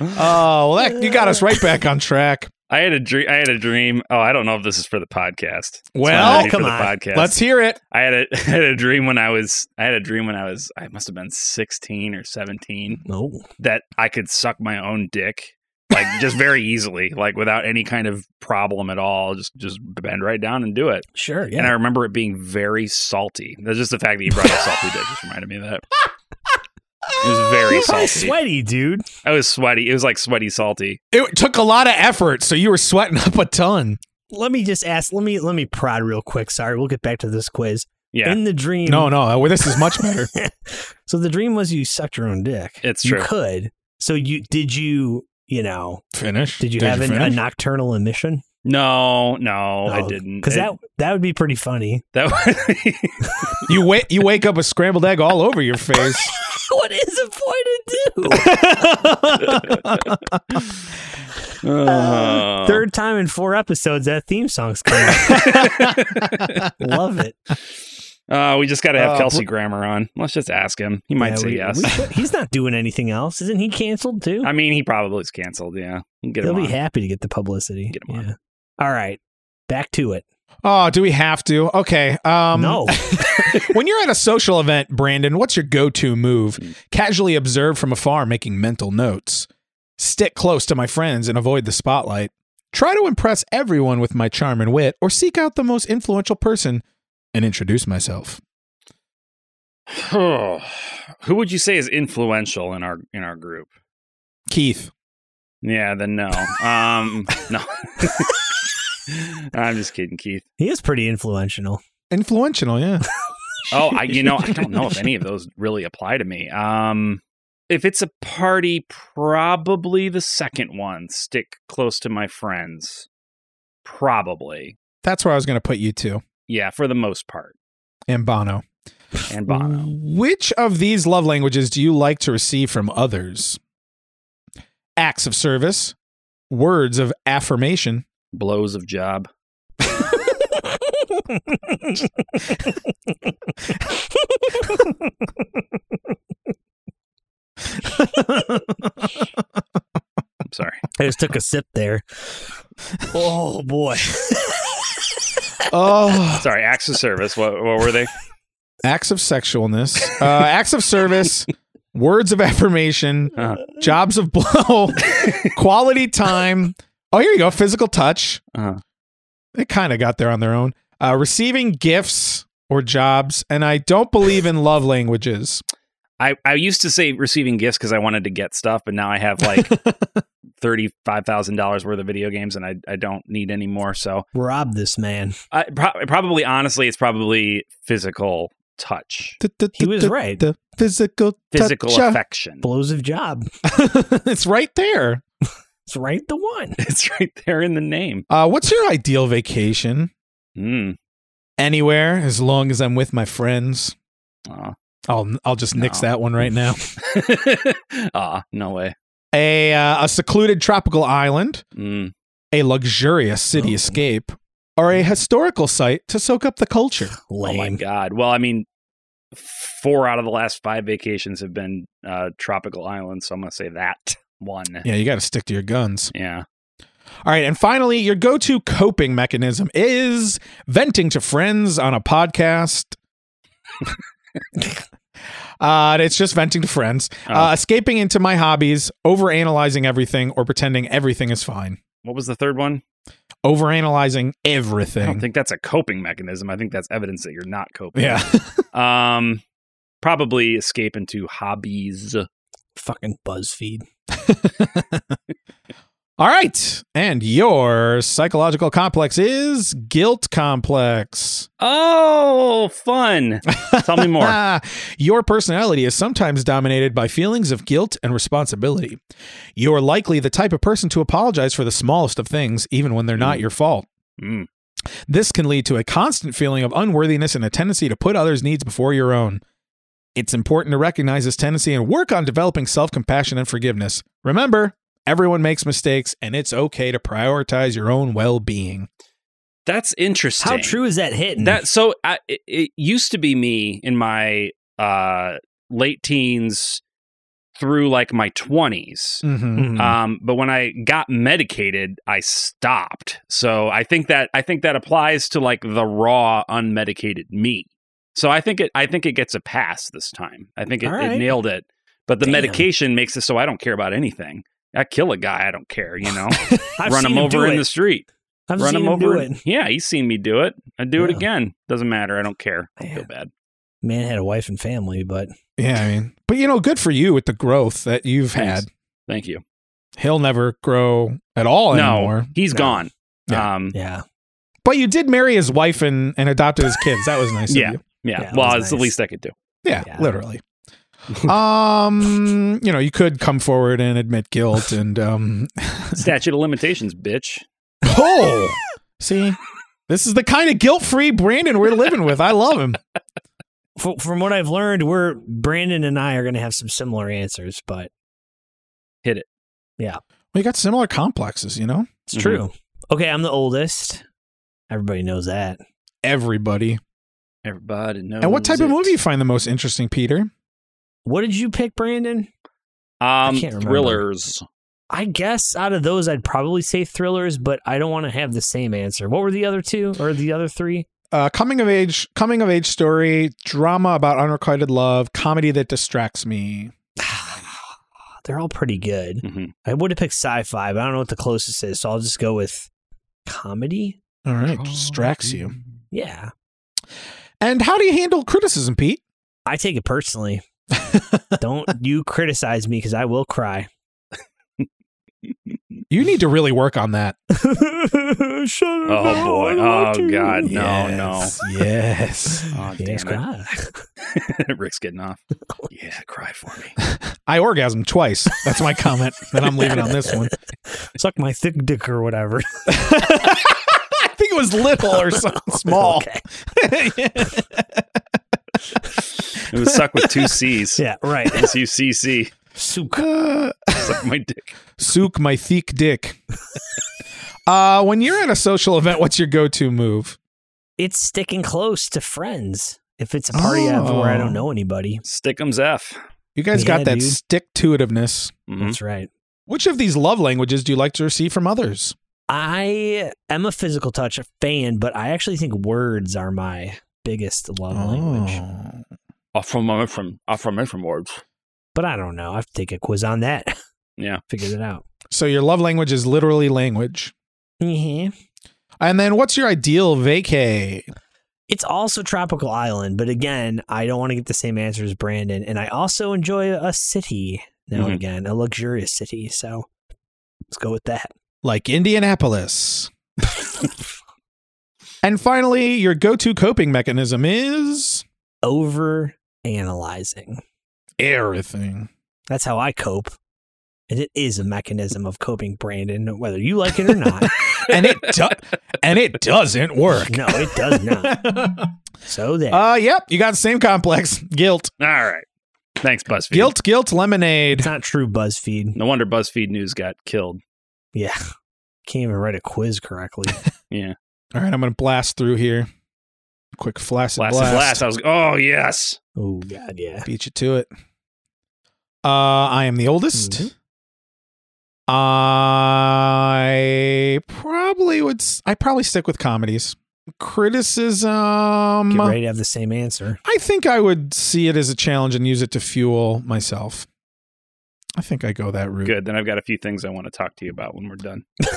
Speaker 1: oh, well, that, you got us right back on track.
Speaker 2: I had a dream. I had a dream. Oh, I don't know if this is for the podcast. It's not
Speaker 1: Well,
Speaker 2: ready for
Speaker 3: come
Speaker 2: the
Speaker 3: on.
Speaker 2: podcast.
Speaker 1: Let's hear it.
Speaker 2: I had a I had a dream when I was I had a dream when I was I must have been sixteen or seventeen
Speaker 3: No.
Speaker 2: that I could suck my own dick like just very easily like without any kind of problem at all just just bend right down and do it
Speaker 3: Sure.
Speaker 2: and
Speaker 3: Yeah.
Speaker 2: I remember it being very salty that's just the fact that you brought up salty dick just reminded me of that it was very
Speaker 3: You're probably
Speaker 2: salty
Speaker 3: sweaty, dude.
Speaker 2: I was sweaty it was like sweaty salty
Speaker 1: It took a lot of effort, so you were sweating up a ton.
Speaker 3: Let me just ask. Let me let me prod real quick. Sorry, we'll get back to this quiz.
Speaker 2: yeah
Speaker 3: In the dream,
Speaker 1: No, no, uh, well, this is much better.
Speaker 3: So the dream was you sucked your own dick.
Speaker 2: It's
Speaker 3: you
Speaker 2: true.
Speaker 3: could. So you did you you know
Speaker 1: Finish.
Speaker 3: did you have an, a
Speaker 1: finish?
Speaker 3: nocturnal emission?
Speaker 2: no no Oh, I didn't
Speaker 3: because
Speaker 2: It-
Speaker 3: Oh, that that would be pretty funny.
Speaker 2: that would
Speaker 1: You wake you wake up with scrambled egg all over your face.
Speaker 3: what is a boy to
Speaker 2: Uh-huh. Oh.
Speaker 3: Third time in four episodes that theme song's coming. Love it.
Speaker 2: Uh, we just got to have
Speaker 1: Uh,
Speaker 2: Kelsey Grammer on. Let's just ask him. He might
Speaker 3: Oh, Yeah,
Speaker 2: say
Speaker 3: we-
Speaker 2: yes.
Speaker 3: we should- he's not doing anything else, isn't he? Canceled too.
Speaker 2: I mean, he probably is canceled. Yeah, We'll get
Speaker 3: He'll
Speaker 2: him
Speaker 3: be
Speaker 2: on.
Speaker 3: happy to get the publicity.
Speaker 2: Get him on.
Speaker 3: Yeah. All right, back to it.
Speaker 1: oh, do we have to? Okay. Um,
Speaker 3: no,
Speaker 1: when you're at a social event, Brandon, what's your go-to move? Casually observe from afar, making mental notes. Stick close to my friends and avoid the spotlight. Try to impress everyone with my charm and wit, or seek out the most influential person and introduce myself.
Speaker 2: Who would you say is influential in our in our group?
Speaker 1: Keith.
Speaker 2: Yeah, then no. Um, no. I'm just kidding, Keith.
Speaker 3: he is pretty influential.
Speaker 1: Influential, yeah.
Speaker 2: Oh, I you know I don't know if any of those really apply to me. Um, if it's a party, probably the second one. Stick close to my friends. Probably,
Speaker 1: That's where I was going to put you to.
Speaker 2: yeah, for the most part.
Speaker 1: And Bono.
Speaker 2: And Bono.
Speaker 1: Which of these love languages do you like to receive from others? Acts of service, words of affirmation,
Speaker 2: blows of job. I'm sorry.
Speaker 3: I just took a sip there. Oh boy.
Speaker 1: oh,
Speaker 2: Sorry, acts of service. What, what were they?
Speaker 1: acts of sexualness, uh, acts of service, words of affirmation,
Speaker 2: Uh-huh.
Speaker 1: jobs of blow, quality time. Oh, here you go, physical touch.
Speaker 2: Uh-huh.
Speaker 1: They kind of got there on their own. Uh, receiving gifts or jobs, and I don't believe in love languages.
Speaker 2: I, I used to say receiving gifts because I wanted to get stuff, but now I have like $35,000 worth of video games and I, I don't need any more. So
Speaker 3: Rob this man.
Speaker 2: I, pro- probably, honestly, it's probably physical touch,
Speaker 3: He was right.
Speaker 1: The physical
Speaker 2: physical
Speaker 1: touch. uh,
Speaker 2: affection.
Speaker 3: Blows of job.
Speaker 1: it's right there.
Speaker 3: It's right the one.
Speaker 2: It's right there in the name.
Speaker 1: Uh, what's your ideal vacation?
Speaker 2: Mm.
Speaker 1: Anywhere, as long as I'm with my friends.
Speaker 2: Aw.
Speaker 1: I'll I'll just nix
Speaker 2: No.
Speaker 1: that one right now.
Speaker 2: Aw, no way.
Speaker 1: a uh, a secluded tropical island,
Speaker 2: Mm.
Speaker 1: a luxurious city
Speaker 3: Oh.
Speaker 1: escape, or a historical site to soak up the culture.
Speaker 2: Oh my
Speaker 3: Lame.
Speaker 2: God. Well, I mean, four out of the last five vacations have been uh, tropical islands. So I'm going to say that one.
Speaker 1: Yeah, you got to stick to your guns.
Speaker 2: yeah.
Speaker 1: All right, and finally, your go-to coping mechanism is venting to friends on a podcast. Uh, it's just venting to friends,
Speaker 2: Oh.
Speaker 1: uh, escaping into my hobbies, overanalyzing everything, or pretending everything is fine.
Speaker 2: What was the third one?
Speaker 1: Overanalyzing
Speaker 2: I don't
Speaker 1: everything.
Speaker 2: think that's a coping mechanism. I think that's evidence that you're not coping.
Speaker 1: yeah.
Speaker 2: Um, probably escape into hobbies.
Speaker 3: Fucking BuzzFeed.
Speaker 1: All right. And your psychological complex is guilt complex.
Speaker 2: Oh, fun. Tell me more.
Speaker 1: Ah, your personality is sometimes dominated by feelings of guilt and responsibility. You're likely the type of person to apologize for the smallest of things, even when they're not your fault.
Speaker 2: Mm.
Speaker 1: This can lead to a constant feeling of unworthiness and a tendency to put others' needs before your own. It's important to recognize this tendency and work on developing self compassion and forgiveness. Remember, everyone makes mistakes, and it's okay to prioritize your own well being.
Speaker 2: That's interesting.
Speaker 3: How true is that hitting?
Speaker 2: That so I, it, it used to be me in my uh, late teens through like my 20s.
Speaker 1: Mm-hmm.
Speaker 2: Um, but when I got medicated, I stopped. So I think that I think that applies to like the raw unmedicated me. So I think it I think it gets a pass this time. I think it,
Speaker 3: All
Speaker 2: it
Speaker 3: right.
Speaker 2: nailed it. But the
Speaker 3: Damn.
Speaker 2: medication makes it so I don't care about anything. I kill a guy, I don't care, you know.
Speaker 3: I've
Speaker 2: Run
Speaker 3: seen
Speaker 2: him
Speaker 3: do
Speaker 2: over in
Speaker 3: it.
Speaker 2: the street.
Speaker 3: I've
Speaker 2: Run
Speaker 3: seen
Speaker 2: him over.
Speaker 3: do it.
Speaker 2: Yeah, he's seen me do it. I do it
Speaker 3: Yeah.
Speaker 2: again. Doesn't matter. I don't care. I
Speaker 3: Man.
Speaker 2: feel bad.
Speaker 3: Man had a wife and family, but
Speaker 1: Yeah, I mean, but you know, good for you with the growth that you've had.
Speaker 2: Thanks. Thank you.
Speaker 1: He'll never grow at all
Speaker 2: no,
Speaker 1: anymore.
Speaker 2: he's
Speaker 3: No.
Speaker 2: gone.
Speaker 1: Yeah.
Speaker 2: Um,
Speaker 3: yeah,
Speaker 1: But you did marry his wife and, and adopted his kids. That was nice
Speaker 2: Yeah.
Speaker 1: of you.
Speaker 2: yeah.
Speaker 3: Yeah, that
Speaker 2: well,
Speaker 3: was
Speaker 2: it's the
Speaker 3: nice.
Speaker 2: least I could do.
Speaker 1: Yeah,
Speaker 3: Yeah.
Speaker 1: literally. um, you know, you could come forward and admit guilt and um
Speaker 2: Statute of limitations, bitch.
Speaker 1: Oh. See? This is the kind of guilt-free Brandon we're living with. I love him.
Speaker 3: F- from what I've learned, we're Brandon and I are going to have some similar answers, but
Speaker 1: We got similar complexes, you know?
Speaker 3: it's
Speaker 2: Mm-hmm.
Speaker 3: true. Okay, I'm the oldest. Everybody knows that.
Speaker 1: Everybody.
Speaker 2: Everybody knows.
Speaker 1: and what type of
Speaker 2: it.
Speaker 1: movie you find the most interesting, Peter?
Speaker 3: What did you pick, Brandon?
Speaker 2: Um,
Speaker 3: can't remember.
Speaker 2: thrillers.
Speaker 3: I guess out of those, I'd probably say thrillers, but I don't want to have the same answer. What were the other two or the other three?
Speaker 1: Uh, coming of age, coming of age story, drama about unrequited love, comedy that distracts me.
Speaker 3: They're all pretty good.
Speaker 2: Mhm.
Speaker 3: I would have picked sci-fi, but I don't know what the closest is, so I'll just go with comedy.
Speaker 1: All right, distracts you.
Speaker 3: Yeah,
Speaker 1: And how do you handle criticism, Pete?
Speaker 3: I take it personally. don't you criticize me because I will cry.
Speaker 1: You need to really work on that.
Speaker 3: Shut up!
Speaker 2: Oh, boy. Oh, God. No,
Speaker 1: no. Yes.
Speaker 2: Oh,
Speaker 3: Yes,
Speaker 2: damn
Speaker 3: cry.
Speaker 2: it. Rick's getting off. Yeah, cry for me.
Speaker 1: I orgasmed twice. That's my comment that I'm leaving on this one.
Speaker 3: Suck my thick dick or whatever.
Speaker 1: I think it was little or something small.
Speaker 3: Okay.
Speaker 2: It was suck with two C's.
Speaker 3: Yeah, right.
Speaker 2: S U C C.
Speaker 3: Souk.
Speaker 1: Uh,
Speaker 2: Suck my dick.
Speaker 1: Souk my thick dick. Uh, when you're at a social event, what's your go-to move?
Speaker 3: It's sticking close to friends. If it's a party I have where I don't know anybody,
Speaker 2: Stickums F.
Speaker 1: You guys
Speaker 3: Yeah,
Speaker 1: got that
Speaker 3: dude.
Speaker 1: stick-to-itiveness.
Speaker 2: Mhm.
Speaker 3: that's right.
Speaker 1: Which of these love languages do you like to receive from others?
Speaker 3: I am a physical touch fan, but I actually think words are my biggest love language.
Speaker 2: Off from uh, from off from from words.
Speaker 3: But I don't know. I have to take a quiz on that.
Speaker 2: Yeah.
Speaker 3: Figured it out.
Speaker 1: So your love language is literally language.
Speaker 3: hmm
Speaker 1: And then what's your ideal vacay?
Speaker 3: It's also tropical island, but again, I don't want to get the same answer as Brandon. And I also enjoy a city now and
Speaker 2: Mhm.
Speaker 3: again, a luxurious city. So let's go with that.
Speaker 1: Like Indianapolis. and finally, your go-to coping mechanism is
Speaker 3: Over analyzing.
Speaker 1: everything.
Speaker 3: That's how I cope. And it is a mechanism of coping, Brandon, whether you like it or not.
Speaker 1: And it do- and it doesn't work.
Speaker 3: no, it does not.
Speaker 1: uh
Speaker 3: So there.
Speaker 1: yep, you got the same complex. Guilt.
Speaker 2: All right. Thanks, BuzzFeed.
Speaker 1: Guilt, guilt, lemonade.
Speaker 3: it's not true, BuzzFeed.
Speaker 2: No wonder BuzzFeed News got killed.
Speaker 3: Yeah. Can't even write a quiz correctly.
Speaker 1: All right, I'm going to blast through here. Quick flaccid
Speaker 2: Last
Speaker 1: blast. Mm-hmm.
Speaker 2: is last. I was oh yes.
Speaker 3: oh, God, yeah.
Speaker 1: Beat you to it. Uh, I am the oldest.
Speaker 3: Mhm.
Speaker 1: I probably would. s- I probably stick with comedies. Criticism.
Speaker 3: Get ready to have the same answer.
Speaker 1: I think I would see it as a challenge and use it to fuel myself. I think I go that route.
Speaker 2: Good. Then I've got a few things I want to talk to you about when we're done.
Speaker 1: Good.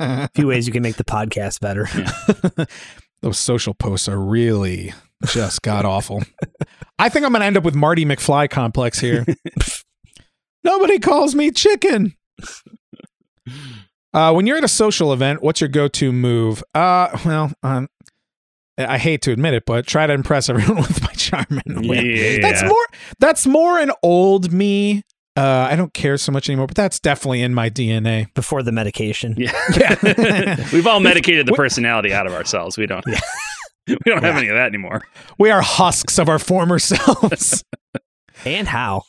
Speaker 3: A few ways you can make the podcast better.
Speaker 1: Those social posts are really just god awful. I think I'm going to end up with Marty McFly complex here. Nobody calls me chicken. Uh, when you're at a social event, what's your go-to move? Uh, well, um, I hate to admit it, but try to impress everyone with my charm. And wit.
Speaker 2: Yeah.
Speaker 1: That's more. That's more an old me. Uh, I don't care so much anymore, but that's definitely in my DNA.
Speaker 3: Before the medication.
Speaker 2: Yeah.
Speaker 1: Yeah.
Speaker 2: We've all medicated the
Speaker 1: We-
Speaker 2: personality out of ourselves. We don't. We don't have any of that anymore.
Speaker 1: We are husks of our former selves.
Speaker 3: And how?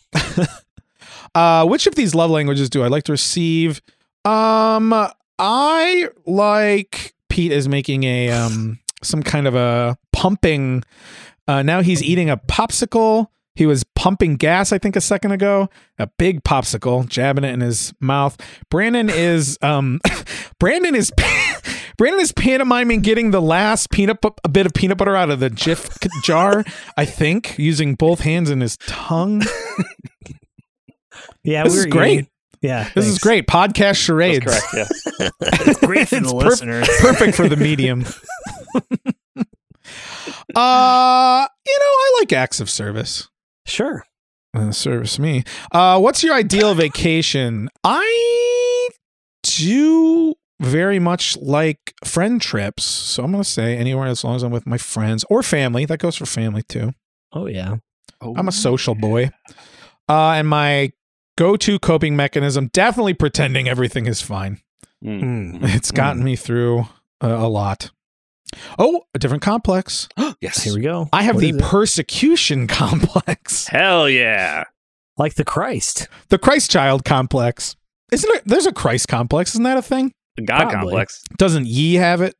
Speaker 1: Uh, which of these love languages do I like to receive? Um, I like Pete is making a um some kind of a pumping. Uh, now he's eating a popsicle. He was pumping gas, I think, a second ago. A big popsicle, jabbing it in his mouth. Brandon is um, Brandon is Brandon is pantomiming getting the last peanut bu- a bit of peanut butter out of the jiff c- jar. I think using both hands and his tongue.
Speaker 3: Yeah,
Speaker 1: This
Speaker 3: we
Speaker 1: is
Speaker 3: were
Speaker 1: great.
Speaker 3: eating- Yeah,
Speaker 1: This is
Speaker 3: thanks.
Speaker 1: great podcast
Speaker 2: That's
Speaker 1: charades.
Speaker 2: correct. Yeah.
Speaker 3: It's great for
Speaker 1: It's
Speaker 3: the
Speaker 1: perf-
Speaker 3: listeners.
Speaker 1: perfect for the medium. uh, you know, I like acts of service.
Speaker 3: Sure.
Speaker 1: Uh, service me. Uh, what's your ideal vacation? I do very much like friend trips, so I'm gonna say anywhere as long as I'm with my friends or family. That goes for family too.
Speaker 3: Oh yeah.
Speaker 1: I'm a social boy, uh, and my go-to coping mechanism definitely pretending everything is fine.
Speaker 2: Mm.
Speaker 3: Hmm.
Speaker 1: It's gotten me through uh, a lot. Oh, a different complex.
Speaker 2: yes.
Speaker 3: Here we go.
Speaker 1: I have
Speaker 3: What
Speaker 1: the
Speaker 3: is it?
Speaker 1: persecution complex,
Speaker 2: Hell yeah.
Speaker 3: like the Christ.
Speaker 1: the Christ child complex. Isn't there, there's a Christ complex? Isn't that a thing?
Speaker 2: God
Speaker 3: Probably.
Speaker 2: complex.
Speaker 1: Doesn't ye have it?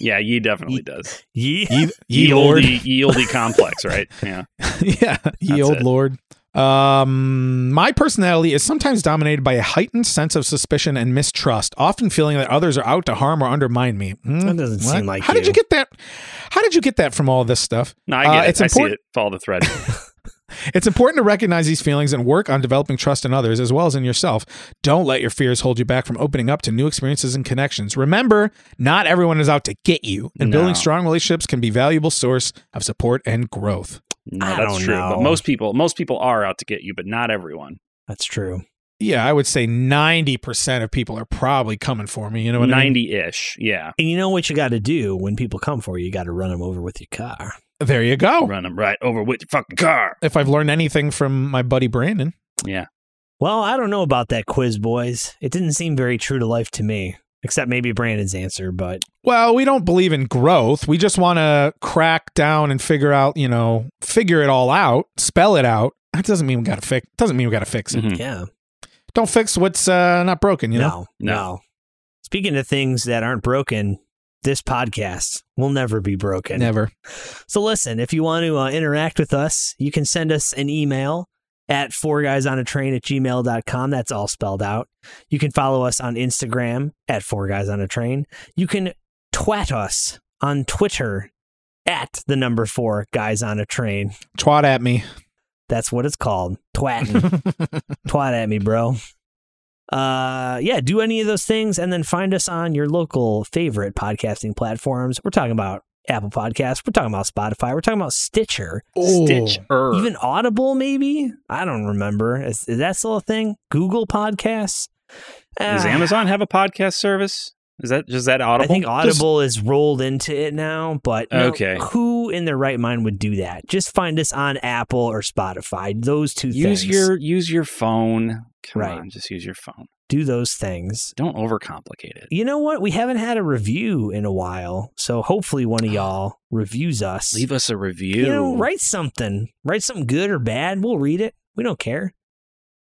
Speaker 2: Yeah, ye definitely does.
Speaker 3: Yeah.
Speaker 1: Ye, ye
Speaker 2: Ye
Speaker 1: Lord.
Speaker 2: olde, ye olde complex, right? Yeah.
Speaker 1: yeah, ye
Speaker 2: That's
Speaker 1: old
Speaker 2: it.
Speaker 1: Lord. Um, my personality is sometimes dominated by a heightened sense of suspicion and mistrust, often feeling that others are out to harm or undermine me. Hmm,
Speaker 3: That doesn't
Speaker 1: what?
Speaker 3: seem like
Speaker 1: How did you
Speaker 3: you.
Speaker 1: get that? How did you get that from all this stuff?
Speaker 2: No, I
Speaker 1: Uh,
Speaker 2: get it.
Speaker 1: it's
Speaker 2: I
Speaker 1: important-
Speaker 2: see it. Follow the thread.
Speaker 1: It's important to recognize these feelings and work on developing trust in others as well as in yourself. Don't let your fears hold you back from opening up to new experiences and connections. Remember, not everyone is out to get you, and
Speaker 2: No.
Speaker 1: building strong relationships can be a valuable source of support and growth.
Speaker 2: No,
Speaker 3: I
Speaker 2: that's
Speaker 3: don't
Speaker 2: true.
Speaker 3: know.
Speaker 2: But most people, most people are out to get you, but not everyone.
Speaker 3: That's true.
Speaker 1: Yeah, I would say 90% of people are probably coming for me, you know what I mean?
Speaker 2: Ninety-ish. Yeah.
Speaker 3: And you know what you got to do when people come for you? You got to run them over with your car.
Speaker 1: There you
Speaker 2: Run 'em
Speaker 1: go.
Speaker 2: Run them right over with your fucking car.
Speaker 1: If I've learned anything from my buddy Brandon,
Speaker 3: Well, I don't know about that quiz, boys. It didn't seem very true to life to me, except maybe Brandon's answer. But
Speaker 1: well, we don't believe in growth. We just want to crack down and figure out, you know, figure it all out, spell it out. That doesn't mean we got to fix doesn't mean we got to fix it.
Speaker 2: Mhm.
Speaker 3: yeah,
Speaker 1: don't fix what's uh, not broken. Hmm. You know,
Speaker 3: no, no, Speaking of things that aren't broken, this podcast will never be broken.
Speaker 1: never.
Speaker 3: So listen, if you want to uh, interact with us, you can send us an email at four guys on a train at gmail.com. That's all spelled out. You can follow us on Instagram at four guys on a train. You can twat us on Twitter at the number four guys on a train.
Speaker 1: Twat at me.
Speaker 3: That's what it's called. Twatting. twat at me, bro. Uh, yeah, do any of those things and then find us on your local favorite podcasting platforms. We're talking about Apple Podcasts, we're talking about Spotify, we're talking about Stitcher,
Speaker 2: Stitch er.
Speaker 3: even Audible, maybe. I don't remember. Is, is that still a thing? Google Podcasts?
Speaker 2: Does
Speaker 3: Ah,
Speaker 2: Amazon have a podcast service? Is that just that Audible?
Speaker 3: I think Audible is rolled into it now, but no,
Speaker 2: Okay.
Speaker 3: who in their right mind would do that? Just find us on Apple or Spotify. Those two
Speaker 2: use
Speaker 3: things.
Speaker 2: your use your phone. Come
Speaker 3: Right.
Speaker 2: on, just use your phone.
Speaker 3: do those things.
Speaker 2: Don't overcomplicate it.
Speaker 3: you know what? We haven't had a review in a while, so hopefully one of y'all reviews us.
Speaker 2: Leave us a review.
Speaker 3: you know, write something. Write something good or bad. We'll read it. We don't care.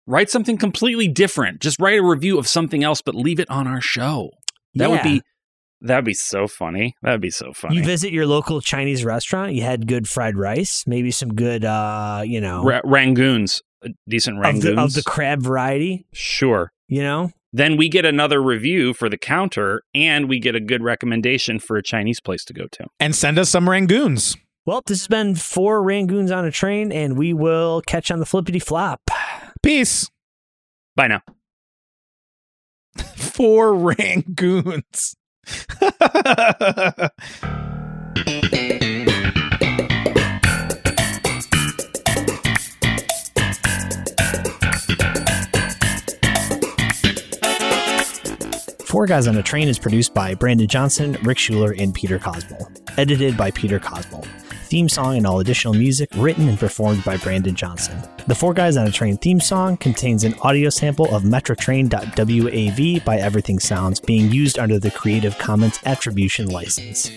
Speaker 2: Write something completely different. Just write a review of something else, but leave it on our show. That would
Speaker 3: Yeah.
Speaker 2: be that would be so funny. That would be so funny.
Speaker 3: You visit your local Chinese restaurant. You had good fried rice, maybe some good, uh, you know,
Speaker 2: Ra- Rangoons, A decent
Speaker 3: of
Speaker 2: Rangoons.
Speaker 3: the, of the crab variety.
Speaker 2: sure.
Speaker 3: You know,
Speaker 2: Then we get another review for the counter, and we get a good recommendation for a Chinese place to go to.
Speaker 1: and send us some rangoons.
Speaker 3: well, this has been four rangoons on a train, and we will catch you on the flippity flop.
Speaker 1: Peace.
Speaker 2: Bye now.
Speaker 1: Four rangoons.
Speaker 3: Four Guys on a Train is produced by Brandon Johnson, Rick Schuler, and Peter Cosmo. Edited by Peter Cosmo. Theme song and all additional music written and performed by Brandon Johnson. The Four Guys on a Train theme song contains an audio sample of MetroTrain.wav by Everything Sounds being used under the Creative Commons Attribution License.